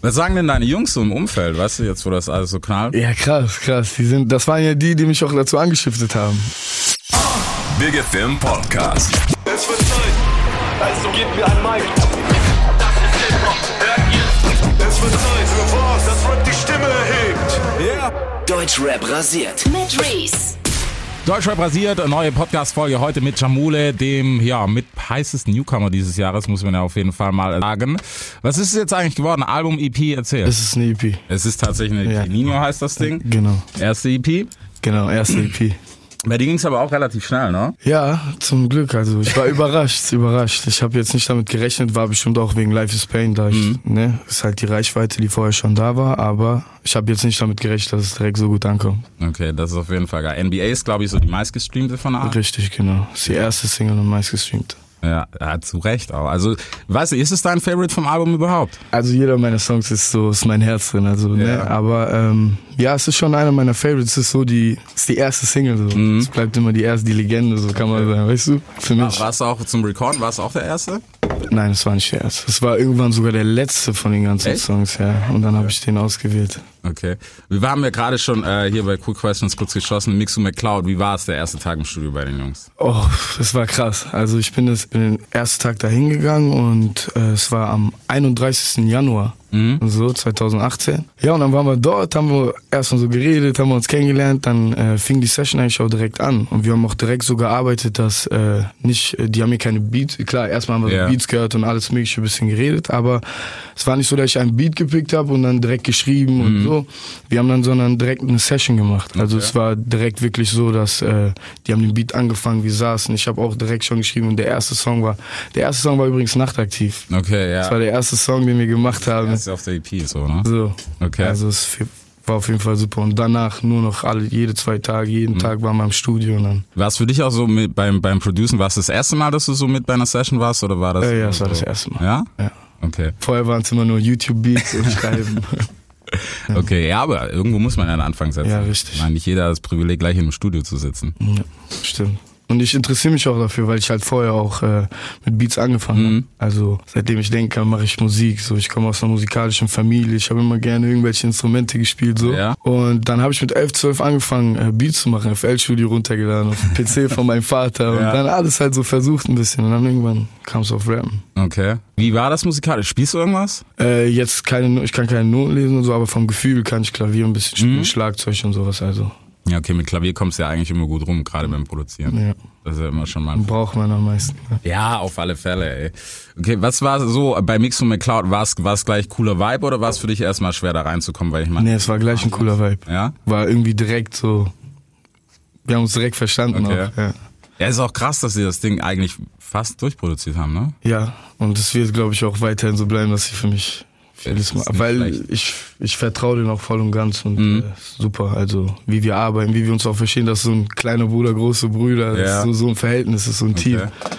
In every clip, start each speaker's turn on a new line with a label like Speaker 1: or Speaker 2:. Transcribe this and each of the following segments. Speaker 1: Was sagen denn deine Jungs so im Umfeld, weißt du, jetzt wo das alles so knallt?
Speaker 2: Ja, krass, krass. Die sind, das waren ja die, die mich auch dazu angeschiftet haben.
Speaker 3: Big FM Podcast.
Speaker 4: Es wird Zeit. Also gebt mir ein Mic. Es wird Zeit für was, das Rap die Stimme erhebt.
Speaker 5: Deutschrap rasiert.
Speaker 6: Mit Reese.
Speaker 1: Deutschrap rasiert, neue Podcast-Folge heute mit Jamule, dem ja mit heißesten Newcomer dieses Jahres, muss man ja auf jeden Fall mal sagen. Was ist es jetzt eigentlich geworden? Album, EP, erzähl.
Speaker 2: Das ist eine EP.
Speaker 1: es ist tatsächlich eine
Speaker 2: Ja.
Speaker 1: Nino heißt das Ding.
Speaker 2: Genau,
Speaker 1: Erste EP.
Speaker 2: genau, erste EP.
Speaker 1: Bei dir ging es aber auch relativ schnell, ne?
Speaker 2: Ja, zum Glück. Also ich war überrascht, überrascht. Ich habe jetzt nicht damit gerechnet, war bestimmt auch wegen Life is Pain da. Ich, ne, ist halt die Reichweite, die vorher schon da war, aber ich habe jetzt nicht damit gerechnet, dass es direkt so gut ankommt.
Speaker 1: Okay, das ist auf jeden Fall geil. NBA ist, glaube ich, so die meistgestreamte von allen.
Speaker 2: Richtig, genau. Ist die erste Single und meistgestreamte.
Speaker 1: Ja, ja, zu Recht auch. Also, weißt du, ist es dein Favorite vom Album überhaupt?
Speaker 2: Also jeder meiner Songs ist so, ist mein Herz drin,
Speaker 1: Ja.
Speaker 2: also ne, aber ähm, ja, es ist schon einer meiner Favorites, ist so die, ist die erste Single so.
Speaker 1: Mhm.
Speaker 2: Es bleibt immer die erste, die Legende, so kann man sagen, weißt du? Für mich.
Speaker 1: Warst du auch zum Recorden, warst du auch der Erste?
Speaker 2: Nein, es war nicht der erste. Es war irgendwann sogar der letzte von den ganzen
Speaker 1: Echt?
Speaker 2: Songs, ja. Und dann habe ich den ausgewählt.
Speaker 1: Okay. Wir haben ja gerade schon äh, hier bei Cool Questions kurz geschossen. Mixu McCloud, wie war es der erste Tag im Studio bei den Jungs?
Speaker 2: Oh, das war krass. Also ich bin, das, bin den ersten Tag dahin gegangen und äh, es war am 31. Januar, so 2018. Ja, und dann waren wir dort, haben wir erstmal so geredet, haben wir uns kennengelernt, dann äh, fing die Session eigentlich auch direkt an. Und wir haben auch direkt so gearbeitet, dass äh, nicht, äh, die haben hier keine Beats, klar, erstmal haben wir
Speaker 1: Ja.
Speaker 2: Beats gehört und alles mögliche ein bisschen geredet, aber es war nicht so, dass ich einen Beat gepickt habe und dann direkt geschrieben und so. Wir haben dann sondern direkt eine Session gemacht. Also es war direkt wirklich so, dass äh, die haben den Beat angefangen, wir saßen. Ich habe auch direkt schon geschrieben und der erste Song war, der erste Song war übrigens nachtaktiv.
Speaker 1: Okay,
Speaker 2: Das war
Speaker 1: ja.
Speaker 2: der erste Song, den wir gemacht haben.
Speaker 1: Das ist auf der EP so, ne?
Speaker 2: So.
Speaker 1: Okay.
Speaker 2: Also es f- war auf jeden Fall super. Und danach nur noch alle, jede zwei Tage, jeden Tag waren wir im Studio und dann.
Speaker 1: War es für dich auch so mit, beim, beim Producen, war es das erste Mal, dass du so mit bei einer Session warst oder war das?
Speaker 2: Äh, ja, das
Speaker 1: so?
Speaker 2: war das erste Mal.
Speaker 1: Ja?
Speaker 2: Ja.
Speaker 1: Okay.
Speaker 2: Vorher waren es immer nur YouTube-Beats und Schreiben.
Speaker 1: Okay, ja, aber irgendwo muss man ja einen Anfang setzen.
Speaker 2: Ja, richtig.
Speaker 1: Ich meine, nicht jeder hat das Privileg, gleich im Studio zu sitzen.
Speaker 2: Ja, stimmt. Und ich interessiere mich auch dafür, weil ich halt vorher auch äh, mit Beats angefangen
Speaker 1: Mhm.
Speaker 2: habe. Also seitdem ich denken kann, mache ich Musik. So, ich komme aus einer musikalischen Familie. Ich habe immer gerne irgendwelche Instrumente gespielt. So.
Speaker 1: Ja.
Speaker 2: Und dann habe ich mit 11, 12 angefangen, äh, Beats zu machen. FL-Studio runtergeladen, auf dem PC von meinem Vater. Und
Speaker 1: Ja.
Speaker 2: dann alles halt so versucht ein bisschen. Und dann irgendwann kam es auf Rappen.
Speaker 1: Okay. Wie war das musikalisch? Spielst du irgendwas?
Speaker 2: Äh, jetzt keine, No- ich kann keine Noten lesen und so, aber vom Gefühl kann ich Klavier ein bisschen
Speaker 1: Mhm.
Speaker 2: spielen, Schlagzeug und sowas. Also
Speaker 1: Ja, okay, mit Klavier kommst du ja eigentlich immer gut rum, gerade beim Produzieren.
Speaker 2: Ja.
Speaker 1: Das ist ja immer schon mal ein
Speaker 2: braucht man am meisten. ne?
Speaker 1: Ja, auf alle Fälle, ey. Okay, was war so bei Mix und McCloud? War es gleich cooler Vibe oder war es für dich erstmal schwer da reinzukommen? Weil ich meine,
Speaker 2: Nee, es war gleich ein cooler Vibe.
Speaker 1: ja?
Speaker 2: war irgendwie direkt so. Wir haben uns direkt verstanden.
Speaker 1: Okay.
Speaker 2: Auch, ja.
Speaker 1: Ja, ist auch krass, dass sie das Ding eigentlich fast durchproduziert haben, ne?
Speaker 2: ja, und es wird, glaube ich, auch weiterhin so bleiben, dass sie für mich
Speaker 1: Das
Speaker 2: vieles
Speaker 1: ist
Speaker 2: machen.
Speaker 1: nicht Mhm.
Speaker 2: Weil
Speaker 1: schlecht.
Speaker 2: ich, ich vertraue denen auch voll und ganz und äh, super. Also, wie wir arbeiten, wie wir uns auch verstehen, dass so ein kleiner Bruder, große Brüder, das
Speaker 1: Ja.
Speaker 2: ist so, so ein Verhältnis, das ist so ein Team.
Speaker 1: Okay.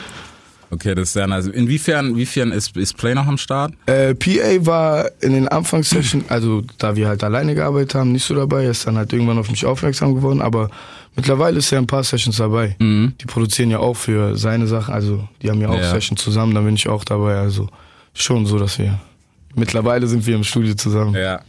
Speaker 1: Okay, das ist ja also inwiefern, inwiefern ist, ist Play noch am Start?
Speaker 2: Äh, PA war in den Anfangssession, also da wir halt alleine gearbeitet haben, nicht so dabei. Er ist dann halt irgendwann auf mich aufmerksam geworden, aber mittlerweile ist er in ein paar Sessions dabei. Die produzieren ja auch für seine Sachen, also die haben ja auch
Speaker 1: Mhm. Ja.
Speaker 2: Sessions zusammen, da bin ich auch dabei. Also schon so, dass wir. Mittlerweile sind wir im Studio zusammen.
Speaker 1: Ja.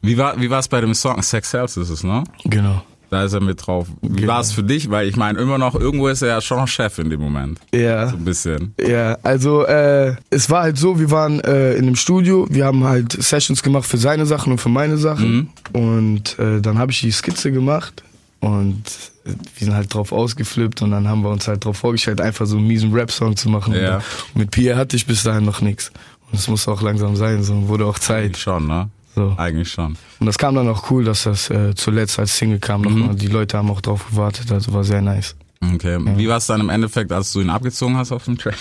Speaker 1: Wie war wie war es bei dem Song Sex Sells ist es, ne?
Speaker 2: Genau.
Speaker 1: Da ist er mit drauf. Wie
Speaker 2: Genau.
Speaker 1: war es für dich? Weil ich meine, immer noch irgendwo ist er ja schon noch Chef in dem Moment.
Speaker 2: Ja.
Speaker 1: Ein bisschen.
Speaker 2: Ja, also äh, es war halt so, wir waren äh, in einem Studio, wir haben halt Sessions gemacht für seine Sachen und für meine Sachen. Und äh, dann habe ich die Skizze gemacht und äh, wir sind halt drauf ausgeflippt und dann haben wir uns halt drauf vorgestellt, einfach so einen miesen Rap-Song zu machen.
Speaker 1: Ja.
Speaker 2: Und mit Pierre hatte ich bis dahin noch nichts. Und es muss auch langsam sein, so wurde auch Zeit.
Speaker 1: Schon, ne?
Speaker 2: So.
Speaker 1: Eigentlich schon.
Speaker 2: Und das kam dann auch cool, dass das äh, zuletzt als Single kam. Nochmal. Die Leute haben auch drauf gewartet, also war sehr nice.
Speaker 1: Okay. Wie war es dann im Endeffekt, als du ihn abgezogen hast auf dem Track?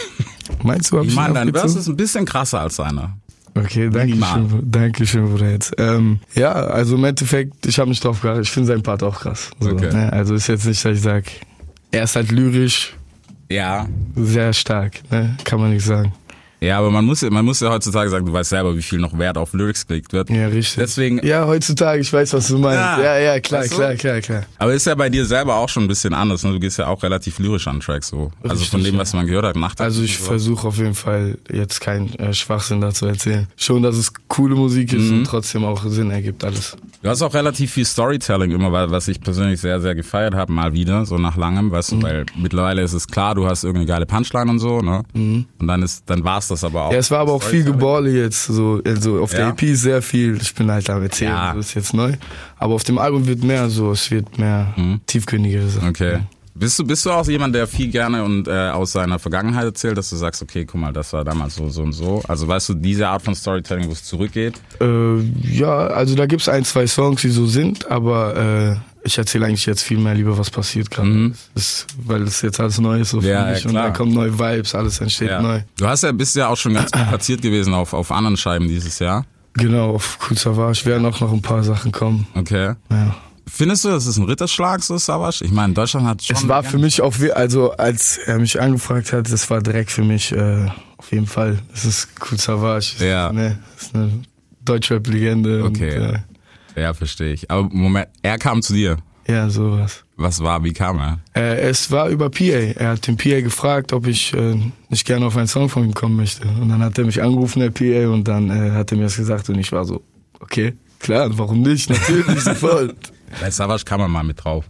Speaker 2: Meinst du, hab
Speaker 1: Ich
Speaker 2: ihn
Speaker 1: meine, dein
Speaker 2: abgezogen?
Speaker 1: Verse ist ein bisschen krasser als seiner.
Speaker 2: Okay, danke
Speaker 1: Minimal.
Speaker 2: schön, danke schön, Bruder. Jetzt. Ähm, ja, also im Endeffekt, ich habe mich drauf geachtet. Ich finde seinen Part auch krass. So,
Speaker 1: Okay.
Speaker 2: ne? Also ist jetzt nicht, dass ich sag, er ist halt lyrisch
Speaker 1: Ja.
Speaker 2: sehr stark. Ne? Kann man nicht sagen.
Speaker 1: Ja, aber man muss, man muss ja heutzutage sagen, du weißt selber, wie viel noch Wert auf Lyrics gelegt wird.
Speaker 2: Ja, richtig.
Speaker 1: Deswegen,
Speaker 2: Ja, heutzutage, ich weiß, was du meinst.
Speaker 1: Ja.
Speaker 2: Ja, ja, klar,
Speaker 1: Weißt du?
Speaker 2: klar, klar, klar.
Speaker 1: aber ist ja bei dir selber auch schon ein bisschen anders. Ne? Du gehst ja auch relativ lyrisch an Tracks so. Also
Speaker 2: Richtig,
Speaker 1: von dem,
Speaker 2: ja.
Speaker 1: was man gehört hat, macht
Speaker 2: Also ich versuche auf jeden Fall jetzt keinen äh, Schwachsinn dazu erzählen. Schon, dass es coole Musik ist
Speaker 1: Mhm.
Speaker 2: und trotzdem auch Sinn ergibt alles.
Speaker 1: Du hast auch relativ viel Storytelling immer, weil- was ich persönlich sehr, sehr gefeiert habe, mal wieder, so nach langem, weißt du,
Speaker 2: Mhm.
Speaker 1: weil mittlerweile ist es klar, du hast irgendeine geile Punchline und so, ne? Und dann ist, dann war's das aber auch.
Speaker 2: Mhm. Ja, es war aber auch viel Geborle jetzt. So, also auf
Speaker 1: Ja.
Speaker 2: der EP ist sehr viel. Ich bin halt am Erzählen,
Speaker 1: Ja.
Speaker 2: das ist jetzt neu. Aber auf dem Album wird mehr so, es wird mehr
Speaker 1: Hm.
Speaker 2: tiefgründige Sachen.
Speaker 1: Okay. Bist du, bist du auch jemand, der viel gerne und äh, aus seiner Vergangenheit erzählt, dass du sagst, okay, guck mal, das war damals so, so und so. Also weißt du, diese Art von Storytelling, wo es zurückgeht.
Speaker 2: Äh, ja, also da gibt's ein, zwei Songs, die so sind, aber äh, ich erzähle eigentlich jetzt viel mehr lieber, was passiert gerade. ist, Weil es jetzt alles neu ist so
Speaker 1: Mhm. Ja,
Speaker 2: für
Speaker 1: ja,
Speaker 2: mich und da
Speaker 1: klar.
Speaker 2: kommen neue Vibes, alles entsteht neu.
Speaker 1: Du hast ja, bist ja auch schon ganz gut platziert gewesen auf, auf anderen Scheiben dieses Jahr.
Speaker 2: Genau, auf Cool Savage werden auch noch ein paar Sachen kommen.
Speaker 1: Okay.
Speaker 2: Ja.
Speaker 1: Findest du, das ist ein Ritterschlag, so Savage? Ich meine, Deutschland hat schon.
Speaker 2: Es war für mich auch, wir- also als er mich angefragt hat, das war direkt für mich äh, auf jeden Fall. Es ist Cool Savage. Es
Speaker 1: Ja.
Speaker 2: Ist, ne, es ist eine Deutschrap-Legende.
Speaker 1: Okay.
Speaker 2: Und, äh,
Speaker 1: Ja, verstehe ich. Aber Moment, er kam zu dir.
Speaker 2: ja, sowas.
Speaker 1: Was war, wie kam er?
Speaker 2: Äh, es war über PA. Er hat den PA gefragt, ob ich äh, nicht gerne auf einen Song von ihm kommen möchte. Und dann hat er mich angerufen, der PA, und dann äh, hat er mir das gesagt. Und ich war so, okay, klar, warum nicht? Natürlich, sofort.
Speaker 1: Bei Savage kann man mal mit drauf.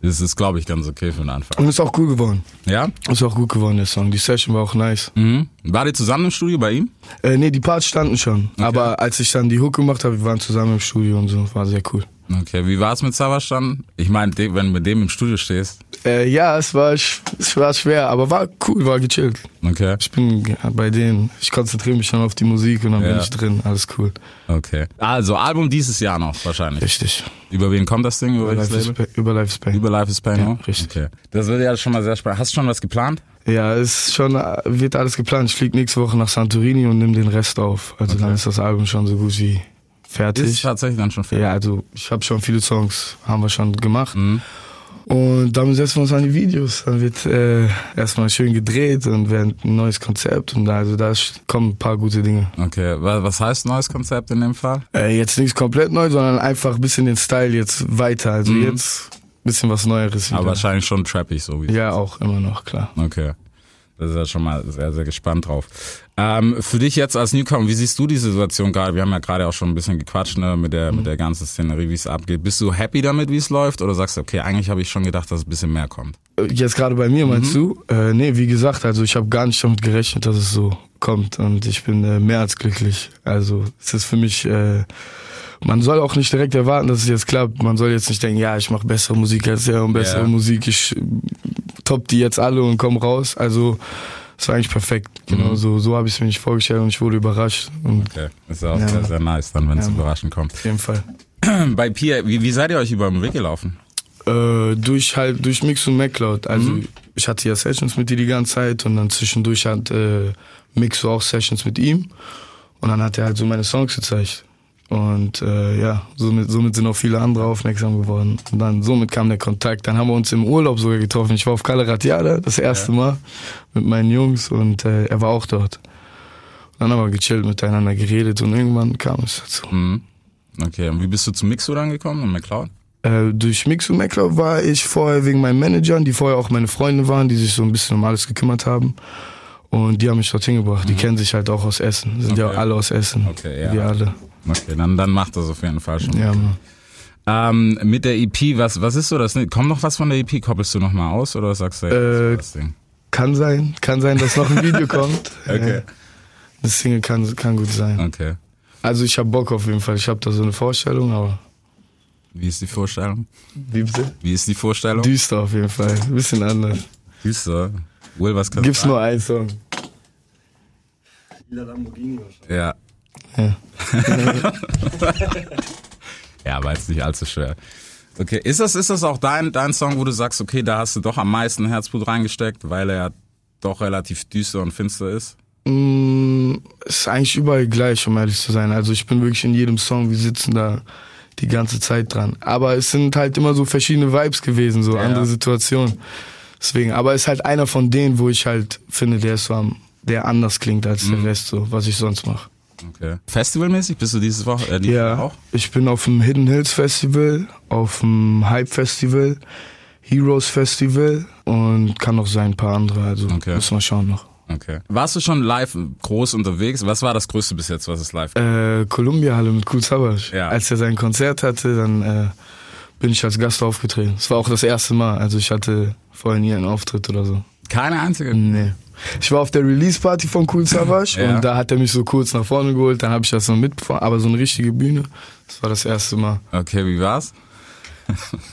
Speaker 1: Das ist, glaube ich, ganz okay für den Anfang.
Speaker 2: Und ist auch cool geworden.
Speaker 1: Ja?
Speaker 2: Ist auch gut geworden, der Song. Die Session war auch nice.
Speaker 1: Mhm. War ihr zusammen im Studio bei ihm?
Speaker 2: Äh, nee, die Parts standen schon. Aber als ich dann die Hook gemacht habe, wir waren zusammen im Studio und so. War sehr cool.
Speaker 1: Okay, wie war es mit Savage dann? Ich meine, de- wenn du mit dem im Studio stehst.
Speaker 2: Äh, ja, es war, sch- es war schwer, aber war cool, war gechillt.
Speaker 1: Okay.
Speaker 2: Ich bin ge- bei denen. Ich konzentriere mich schon auf die Musik und dann
Speaker 1: Ja.
Speaker 2: bin ich drin. Alles cool.
Speaker 1: Okay. Also, Album dieses Jahr noch wahrscheinlich.
Speaker 2: Richtig.
Speaker 1: Über wen kommt das Ding? Über welches
Speaker 2: Life is
Speaker 1: Label?
Speaker 2: pa- Über Life is Pain.
Speaker 1: Über Life is Pain.
Speaker 2: Ja,
Speaker 1: oh?
Speaker 2: richtig.
Speaker 1: Okay. Das wird ja schon mal sehr spannend. Hast du schon was geplant?
Speaker 2: Ja, es ist schon, äh, wird alles geplant. Ich fliege nächste Woche nach Santorini und nehme den Rest auf. Also dann ist das Album schon so gut wie fertig.
Speaker 1: Ist tatsächlich dann schon fertig.
Speaker 2: Ja, also ich habe schon viele Songs, haben wir schon gemacht. Und damit setzen wir uns an die Videos. Dann wird äh, erstmal schön gedreht und werden ein neues Konzept. Und da, also da sch- kommen ein paar gute Dinge.
Speaker 1: Okay. Wa- Was heißt neues Konzept in dem Fall?
Speaker 2: Äh, jetzt nichts komplett neu, sondern einfach ein bisschen den Style jetzt weiter. Also jetzt ein bisschen was Neueres wieder.
Speaker 1: Aber wahrscheinlich schon trappig, so wie
Speaker 2: ja, auch immer noch, klar.
Speaker 1: Okay. Da ist ja schon mal sehr, sehr gespannt drauf. Ähm, für dich jetzt als Newcomer, wie siehst du die Situation gerade? Wir haben ja gerade auch schon ein bisschen gequatscht ne, mit, der,
Speaker 2: Mhm.
Speaker 1: mit der ganzen Szenerie, wie es abgeht. Bist du happy damit, wie es läuft? Oder sagst du, okay, eigentlich habe ich schon gedacht, dass ein bisschen mehr kommt?
Speaker 2: Äh, Jetzt gerade bei mir, meinst du? Äh, nee, wie gesagt, also ich habe gar nicht damit gerechnet, dass es so kommt und ich bin äh, mehr als glücklich. Also es ist für mich, äh, man soll auch nicht direkt erwarten, dass es jetzt klappt. Man soll jetzt nicht denken, ja, ich mache bessere Musik als er und bessere
Speaker 1: Ja.
Speaker 2: Musik, ich äh, top die jetzt alle und komm raus. Also es war eigentlich perfekt. Genau so, so habe ich es mir nicht vorgestellt und ich wurde überrascht. Und
Speaker 1: Okay. Ist ja auch
Speaker 2: Ja.
Speaker 1: sehr, sehr nice dann, wenn es
Speaker 2: Ja.
Speaker 1: überraschend kommt.
Speaker 2: auf jeden Fall.
Speaker 1: Bei Pia, wie, wie seid ihr euch über den Weg gelaufen?
Speaker 2: Äh, durch halt durch Mix und MacLeod. Also ich hatte ja Sessions mit dir die ganze Zeit und dann zwischendurch hat äh, Mix so auch Sessions mit ihm und dann hat er halt so meine Songs gezeigt. Und äh, ja, somit, somit sind auch viele andere aufmerksam geworden. Und dann somit kam der Kontakt. Dann haben wir uns im Urlaub sogar getroffen. Ich war auf Calle Ratiada das erste Mal mit meinen Jungs und äh, er war auch dort. Dann haben wir gechillt miteinander geredet und irgendwann kam es dazu.
Speaker 1: Mhm. Okay, und wie bist du zu Mixo dann gekommen und McCloud?
Speaker 2: Äh, durch Mix und Meckler war ich vorher wegen meinen Managern, die vorher auch meine Freunde waren, die sich so ein bisschen um alles gekümmert haben. Und die haben mich dorthin gebracht. Die kennen sich halt auch aus Essen. Sind ja
Speaker 1: Mhm. Okay.
Speaker 2: alle aus Essen.
Speaker 1: Okay, ja.
Speaker 2: Wir alle.
Speaker 1: Okay, dann, dann macht das auf jeden Fall schon.
Speaker 2: Ja, Mann.
Speaker 1: Ähm, mit der EP, was, was ist so das? Kommt noch was von der EP? Koppelst du nochmal aus oder sagst du, ey,
Speaker 2: Äh,
Speaker 1: das war das Ding?
Speaker 2: Kann sein, kann sein, dass noch ein Video kommt.
Speaker 1: Okay.
Speaker 2: Äh, Das Single kann, kann gut sein.
Speaker 1: Okay.
Speaker 2: Also ich hab Bock auf jeden Fall. Ich hab da so eine Vorstellung, aber
Speaker 1: Wie ist die Vorstellung?
Speaker 2: wie bitte?
Speaker 1: Wie ist die Vorstellung?
Speaker 2: Düster auf jeden Fall. Ein bisschen anders.
Speaker 1: Düster. Will, was kannst
Speaker 2: Gibt's nur einen Song.
Speaker 1: Ja.
Speaker 2: Ja.
Speaker 1: ja, war jetzt nicht allzu schwer. Okay, ist das, ist das auch dein, dein Song, wo du sagst, okay, da hast du doch am meisten Herzblut reingesteckt, weil er doch relativ düster und finster ist?
Speaker 2: Mm, es ist eigentlich überall gleich, um ehrlich zu sein. Also ich bin wirklich in jedem Song, wir sitzen da die ganze Zeit dran. Aber es sind halt immer so verschiedene Vibes gewesen, so andere Situationen. Deswegen, aber es ist halt einer von denen, wo ich halt finde, der ist so am der anders klingt als
Speaker 1: Mhm.
Speaker 2: der Rest, so, was ich sonst mache.
Speaker 1: Okay. Festivalmäßig bist du dieses Woche äh, die Woche auch?
Speaker 2: ich bin auf dem Hidden Hills Festival, auf dem Hype Festival, Heroes Festival und kann noch sein ein paar andere, also
Speaker 1: Okay.
Speaker 2: müssen wir schauen noch.
Speaker 1: Okay. Warst du schon live groß unterwegs? Was war das Größte bis jetzt, was es live gab?
Speaker 2: Äh, Columbia Halle mit Kool Savas.
Speaker 1: Ja.
Speaker 2: Als er sein Konzert hatte, dann äh, bin ich als Gast aufgetreten. Es war auch das erste Mal, also ich hatte vorher nie einen Auftritt oder so.
Speaker 1: Keine einzige.
Speaker 2: Nee. Ich war auf der Release-Party von Kool Savas
Speaker 1: Ja.
Speaker 2: und da hat er mich so kurz nach vorne geholt, dann habe ich das noch mitbekommen, aber so eine richtige Bühne, das war das erste Mal.
Speaker 1: Okay, wie war's?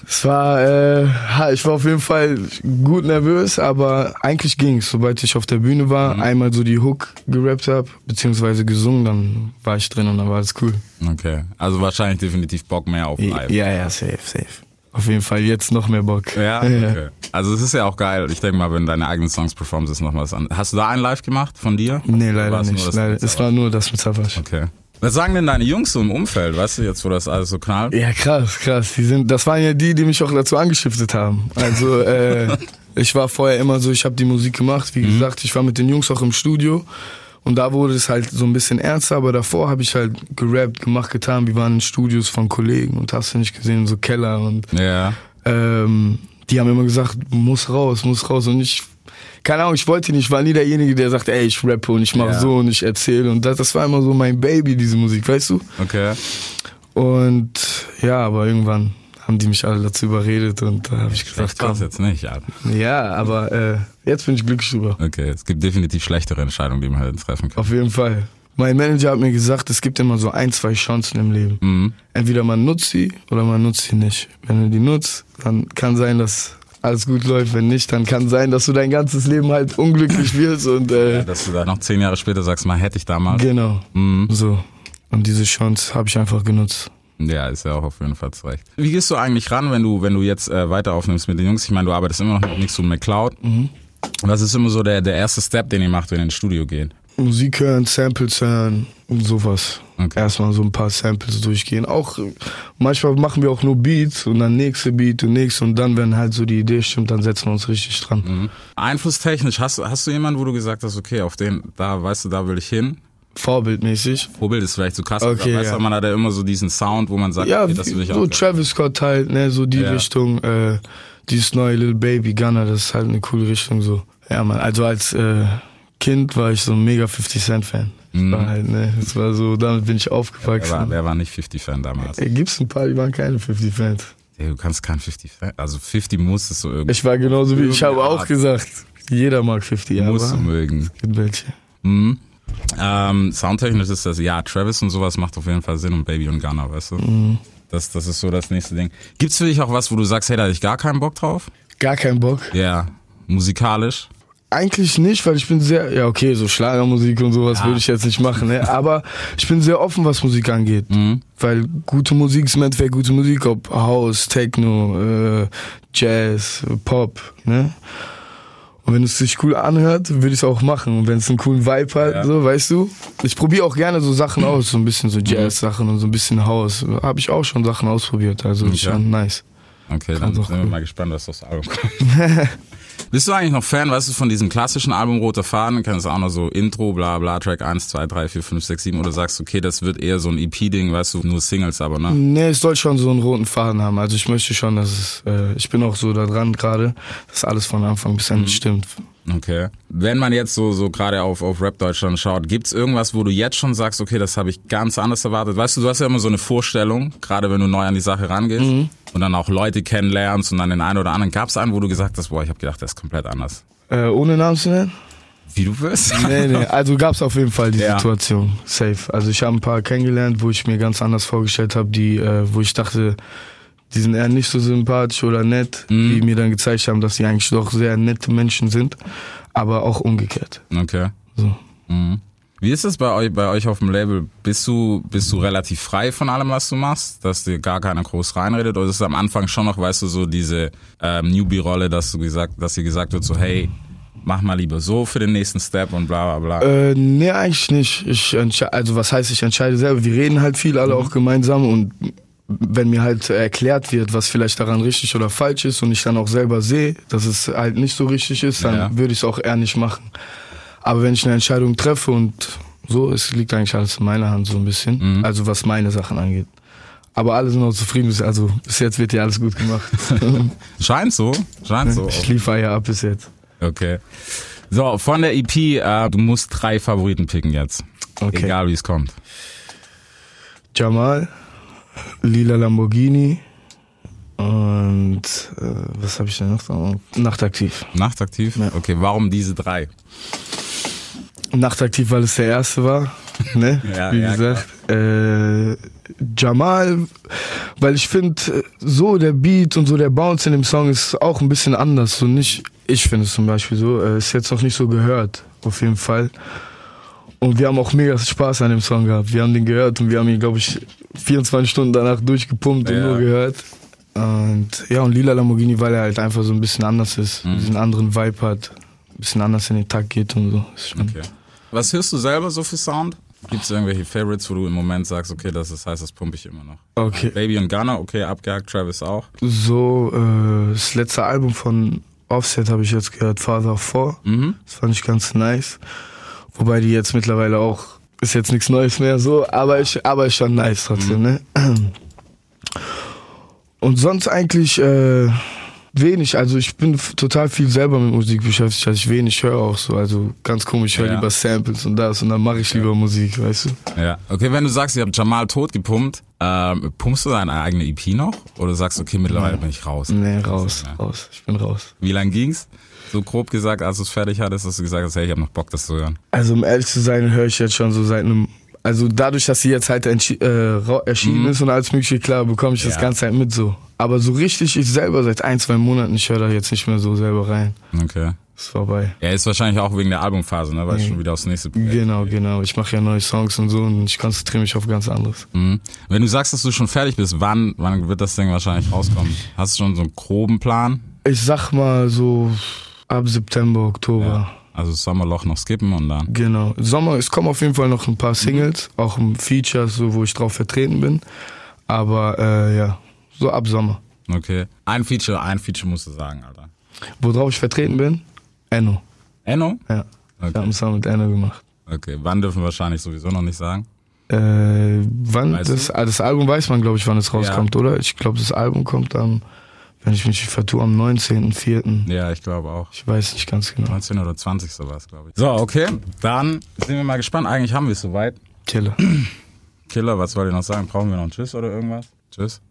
Speaker 2: Es war, äh, ha, ich war auf jeden Fall gut nervös, aber eigentlich ging's. Sobald ich auf der Bühne war,
Speaker 1: Mhm.
Speaker 2: einmal so die Hook gerappt habe, beziehungsweise gesungen, dann war ich drin und dann war alles cool.
Speaker 1: Okay. Also wahrscheinlich definitiv Bock mehr auf live.
Speaker 2: Ja, ja, safe, safe. Auf jeden Fall jetzt noch mehr Bock.
Speaker 1: Ja,
Speaker 2: ja.
Speaker 1: okay. Also es ist ja auch geil. Ich denke mal, wenn deine eigenen Songs performst, ist noch was anderes. Hast du da einen live gemacht von dir?
Speaker 2: Nee,
Speaker 1: Oder
Speaker 2: leider
Speaker 1: war's nur
Speaker 2: nicht.
Speaker 1: das
Speaker 2: Leider,
Speaker 1: Konzert?
Speaker 2: es war nur das mit Savasch.
Speaker 1: Okay. Was sagen denn deine Jungs so im Umfeld, weißt du, jetzt wo das alles so knallt?
Speaker 2: Ja, krass, krass. Die sind, das waren ja die, die mich auch dazu angeschiftet haben. Also, äh, ich war vorher immer so, ich habe die Musik gemacht.
Speaker 1: Mhm.
Speaker 2: Wie gesagt, ich war mit den Jungs auch im Studio. Und da wurde es halt so ein bisschen ernster, aber davor habe ich halt gerappt, gemacht, getan. Wir waren in Studios von Kollegen und hast du nicht gesehen, so Keller und
Speaker 1: Ja.
Speaker 2: ähm, die haben immer gesagt, muss raus, muss raus. Und ich, keine Ahnung, ich wollte nicht, war nie derjenige, der sagt, ey, ich rappe und ich mache
Speaker 1: Ja.
Speaker 2: so und ich erzähle. Und das, das war immer so mein Baby, diese Musik, weißt du?
Speaker 1: Okay.
Speaker 2: Und ja, aber irgendwann haben die mich alle dazu überredet und da habe ich gesagt,
Speaker 1: Vielleicht war's
Speaker 2: komm.
Speaker 1: jetzt nicht, ja.
Speaker 2: Ja, aber äh, jetzt bin ich glücklich drüber.
Speaker 1: Okay, es gibt definitiv schlechtere Entscheidungen, die man hätte treffen können.
Speaker 2: Auf jeden Fall. Mein Manager hat mir gesagt, es gibt immer so ein, zwei Chancen im Leben.
Speaker 1: Mhm.
Speaker 2: Entweder man nutzt sie oder man nutzt sie nicht. Wenn du die nutzt, dann kann sein, dass alles gut läuft. Wenn nicht, dann kann sein, dass du dein ganzes Leben halt unglücklich wirst und äh,
Speaker 1: Dass du da noch zehn Jahre später sagst, mal hätte ich damals.
Speaker 2: genau.
Speaker 1: Mhm.
Speaker 2: So. Und diese Chance habe ich einfach genutzt.
Speaker 1: Ja, ist ja auch auf jeden Fall zu Recht. Wie gehst du eigentlich ran, wenn du, wenn du jetzt äh, weiter aufnimmst mit den Jungs? Ich meine, du arbeitest immer noch mit Nix und McCloud.
Speaker 2: Mhm.
Speaker 1: Was ist immer so der, der erste Step, den ihr macht, wenn ihr ins Studio geht?
Speaker 2: Musik hören, Samples hören und sowas.
Speaker 1: Okay.
Speaker 2: Erstmal so ein paar Samples durchgehen. Auch äh, manchmal machen wir auch nur Beats und dann nächste Beat und nächste und dann, wenn halt so die Idee stimmt, dann setzen wir uns richtig dran.
Speaker 1: Einflusstechnisch, hast, du- hast du jemanden, wo du gesagt hast, okay, auf den, da weißt du, da will ich hin?
Speaker 2: Vorbildmäßig.
Speaker 1: Vorbild ist vielleicht zu krass,
Speaker 2: Okay,
Speaker 1: aber weißt
Speaker 2: ja.
Speaker 1: du, man hat ja immer so diesen Sound, wo man sagt,
Speaker 2: Ja,
Speaker 1: okay, das will
Speaker 2: wie-
Speaker 1: ich
Speaker 2: so
Speaker 1: auch.
Speaker 2: Travis Scott halt, ne, so die
Speaker 1: Ja.
Speaker 2: Richtung, äh, dieses neue Little Baby Gunner, das ist halt eine coole Richtung so. Ja, man, also als äh, Kind war ich so ein mega 50 Cent Fan.
Speaker 1: Mhm.
Speaker 2: Das war halt, ne, das war so, damit bin ich
Speaker 1: wer, war,
Speaker 2: aufgewachsen.
Speaker 1: wer war nicht 50-Fan damals?
Speaker 2: Ey, gibt's ein paar, die waren keine 50 Fans.
Speaker 1: Ey, du kannst kein 50-Fan, also 50 muss es so irgendwie,
Speaker 2: Ich war genauso wie, ich habe
Speaker 1: Irgendeine
Speaker 2: auch
Speaker 1: Art.
Speaker 2: gesagt, jeder mag 50, aber
Speaker 1: muss
Speaker 2: es
Speaker 1: du mögen.
Speaker 2: gibt welche.
Speaker 1: Mhm. Ähm, soundtechnisch ist das, ja, Travis und sowas macht auf jeden Fall Sinn und Baby und Gunner, weißt du?
Speaker 2: Mhm.
Speaker 1: Das, das ist so das nächste Ding. Gibt's für dich auch was, wo du sagst, hey, da hatte ich gar keinen Bock drauf?
Speaker 2: Gar kein Bock.
Speaker 1: Ja, musikalisch.
Speaker 2: Eigentlich nicht, weil ich bin sehr, ja okay, so Schlagermusik und sowas würde ich jetzt nicht machen, ne? aber ich bin sehr offen, was Musik angeht.
Speaker 1: Mhm.
Speaker 2: Weil gute Musik ist im Endeffekt gute Musik, ob House, Techno, äh, Jazz, äh, Pop, ne? Und wenn es sich cool anhört, würde ich es auch machen. Und wenn es einen coolen Vibe hat,
Speaker 1: Ja.
Speaker 2: so, weißt du? Ich probiere auch gerne so Sachen aus, so ein bisschen so Jazz-Sachen und so ein bisschen House. Habe ich auch schon Sachen ausprobiert, also ist
Speaker 1: Okay.
Speaker 2: schon nice.
Speaker 1: Okay, dann
Speaker 2: doch
Speaker 1: sind wir
Speaker 2: gut.
Speaker 1: mal gespannt, was aufs Album kommt. Bist du eigentlich noch Fan, weißt du, von diesem klassischen Album Roter Faden? Kannst du auch noch so Intro, bla bla, Track 1, 2, 3, 4, 5, 6, 7 oder sagst du, okay, das wird eher so ein EP-Ding, weißt du, nur Singles aber, ne?
Speaker 2: Nee, es soll schon so einen roten Faden haben. Also ich möchte schon, dass es, äh, ich bin auch so da dran gerade, dass alles von Anfang bis Ende stimmt.
Speaker 1: Okay. Wenn man jetzt so, so gerade auf, auf Rap Deutschland schaut, gibt's irgendwas, wo du jetzt schon sagst, okay, das habe ich ganz anders erwartet? Weißt du, du hast ja immer so eine Vorstellung, gerade wenn du neu an die Sache rangehst
Speaker 2: Mhm.
Speaker 1: und dann auch Leute kennenlernst und dann den einen oder anderen. gab's einen, wo du gesagt hast, boah, ich habe gedacht, das ist komplett anders?
Speaker 2: Äh, ohne Namen zu nennen?
Speaker 1: Wie du willst?
Speaker 2: Nee, nee. Also gab es auf jeden Fall die
Speaker 1: Ja.
Speaker 2: Situation. Safe. Also ich habe ein paar kennengelernt, wo ich mir ganz anders vorgestellt habe, die, äh, wo ich dachte, die sind eher nicht so sympathisch oder nett, die mir dann gezeigt haben, dass sie eigentlich doch sehr nette Menschen sind, aber auch umgekehrt.
Speaker 1: Okay.
Speaker 2: So.
Speaker 1: Mhm. Wie ist das bei euch, bei euch auf dem Label? Bist du, bist du relativ frei von allem, was du machst, dass dir gar keiner groß reinredet? Oder ist es am Anfang schon noch, weißt du, so diese ähm, Newbie-Rolle, dass du gesagt, dass dir gesagt wird, so, hey, mach mal lieber so für den nächsten Step und bla bla bla.
Speaker 2: Äh, nee, eigentlich nicht. Ich entscheide, also was heißt, ich entscheide selber. Wir reden halt viel, alle auch gemeinsam und wenn mir halt erklärt wird, was vielleicht daran richtig oder falsch ist und ich dann auch selber sehe, dass es halt nicht so richtig ist, dann
Speaker 1: Ja.
Speaker 2: würde ich es auch eher nicht machen. Aber wenn ich eine Entscheidung treffe und so, es liegt eigentlich alles in meiner Hand so ein bisschen. Also was meine Sachen angeht. Aber alle sind auch zufrieden. bis- Also bis jetzt wird ja alles gut gemacht.
Speaker 1: Scheint so, scheint so.
Speaker 2: ich liefere ja ab bis jetzt.
Speaker 1: Okay. So, von der EP, äh, du musst drei Favoriten picken jetzt.
Speaker 2: Okay.
Speaker 1: Egal wie es kommt.
Speaker 2: Jamal, Lila Lamborghini und äh, was habe ich denn noch? da? Nachtaktiv.
Speaker 1: Nachtaktiv?
Speaker 2: Ja.
Speaker 1: Okay, warum diese drei?
Speaker 2: Nachtaktiv, weil es der erste war. Ne?
Speaker 1: Ja,
Speaker 2: Wie
Speaker 1: ja,
Speaker 2: gesagt. Äh, Jamal, weil ich finde, so der Beat und so der Bounce in dem Song ist auch ein bisschen anders. So nicht, ich finde es zum Beispiel so, äh, ist jetzt noch nicht so gehört, auf jeden Fall. Und wir haben auch mega Spaß an dem Song gehabt. Wir haben den gehört und wir haben ihn, glaube ich, 24 Stunden danach durchgepumpt
Speaker 1: Ja.
Speaker 2: und nur gehört. Und ja, und Lila Lamborghini, weil er halt einfach so ein bisschen anders ist,
Speaker 1: Mhm.
Speaker 2: diesen anderen Vibe hat, ein bisschen anders in den Takt geht und so. Ist schon
Speaker 1: Okay. Was hörst du selber so für Sound? Gibt es irgendwelche Favorites, wo du im Moment sagst, okay, das ist heiß, das pumpe ich immer noch?
Speaker 2: okay.
Speaker 1: Baby und Gunner, okay, abgehakt, Travis auch.
Speaker 2: So, äh, das letzte Album von Offset habe ich jetzt gehört, Father of Four.
Speaker 1: Mhm.
Speaker 2: Das fand ich ganz nice. Wobei die jetzt mittlerweile auch, ist jetzt nichts Neues mehr so, aber ich, aber ist schon nice trotzdem,
Speaker 1: Mhm.
Speaker 2: ne? Und sonst eigentlich äh, wenig. Also ich bin f- total viel selber mit Musik beschäftigt, also ich wenig höre auch so. Also ganz komisch, ich höre
Speaker 1: Ja.
Speaker 2: lieber Samples und das und dann mache ich lieber Musik, weißt du?
Speaker 1: Ja. Okay, wenn du sagst, ihr habt Jamal tot gepumpt, ähm, pumpst du deine eigene EP noch? Oder sagst du, okay, mittlerweile bin ich raus?
Speaker 2: Nee, raus,
Speaker 1: Ja.
Speaker 2: raus. Ich bin raus.
Speaker 1: Wie lang ging's? So grob gesagt, als du es fertig hattest, dass du gesagt hast, hey, ich habe noch Bock, das zu hören.
Speaker 2: Also um ehrlich zu sein, höre ich jetzt schon so seit einem. Also dadurch, dass sie jetzt halt entschi- äh, rau- erschienen ist und alles mögliche, klar, bekomme ich das
Speaker 1: Ja.
Speaker 2: Ganze halt mit so. Aber so richtig, ich selber seit ein, zwei Monaten, ich höre da jetzt nicht mehr so selber rein.
Speaker 1: Okay.
Speaker 2: Ist vorbei.
Speaker 1: Ja, ist wahrscheinlich auch wegen der Albumphase, ne? Weil es schon wieder aufs nächste Projekt
Speaker 2: Genau, genau. Ich mache ja neue Songs und so und ich konzentriere mich auf ganz anderes.
Speaker 1: Mhm. Wenn du sagst, dass du schon fertig bist, wann, wann wird das Ding wahrscheinlich rauskommen? Hast du schon so einen groben Plan?
Speaker 2: Ich sag mal so ab September, Oktober.
Speaker 1: Also das Sommerloch noch skippen und dann.
Speaker 2: Genau. Sommer, es kommen auf jeden Fall noch ein paar Singles, auch ein Features, so, wo ich drauf vertreten bin. Aber äh, ja, so ab Sommer.
Speaker 1: Okay. Ein Feature, ein Feature musst du sagen, Alter.
Speaker 2: Worauf ich vertreten bin? Enno.
Speaker 1: Enno?
Speaker 2: Ja. Ich habe
Speaker 1: Okay.
Speaker 2: einen Song mit Anna gemacht.
Speaker 1: okay. Wann dürfen wir wahrscheinlich sowieso noch nicht sagen?
Speaker 2: Äh, wann
Speaker 1: Weißt
Speaker 2: das, ah, das Album weiß man, glaube ich, wann es rauskommt, oder? Ich glaube, das Album kommt am, wenn ich mich nicht vertue, am 19.04.
Speaker 1: Ja, ich glaube auch.
Speaker 2: Ich weiß nicht ganz genau.
Speaker 1: 19 oder 20 sowas, glaube ich. So, okay. Dann sind wir mal gespannt. Eigentlich haben wir es soweit.
Speaker 2: Killer.
Speaker 1: Killer, was wollt ihr noch sagen? Brauchen wir noch einen Tschüss oder irgendwas? Tschüss.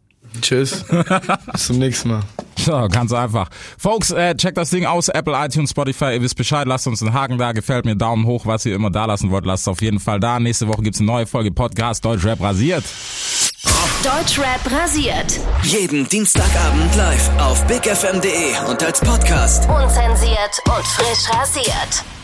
Speaker 2: Tschüss. Bis zum nächsten Mal.
Speaker 1: So, ganz einfach. Folks, äh, checkt das Ding aus. Apple, iTunes, Spotify, ihr wisst Bescheid. Lasst uns einen Haken da. Gefällt mir. Daumen hoch, was ihr immer da lassen wollt. Lasst es auf jeden Fall da. Nächste Woche gibt's eine neue Folge Podcast Deutschrap rasiert.
Speaker 6: Deutschrap rasiert.
Speaker 5: Jeden Dienstagabend live auf bigfm.de und als Podcast.
Speaker 6: Unzensiert und frisch rasiert.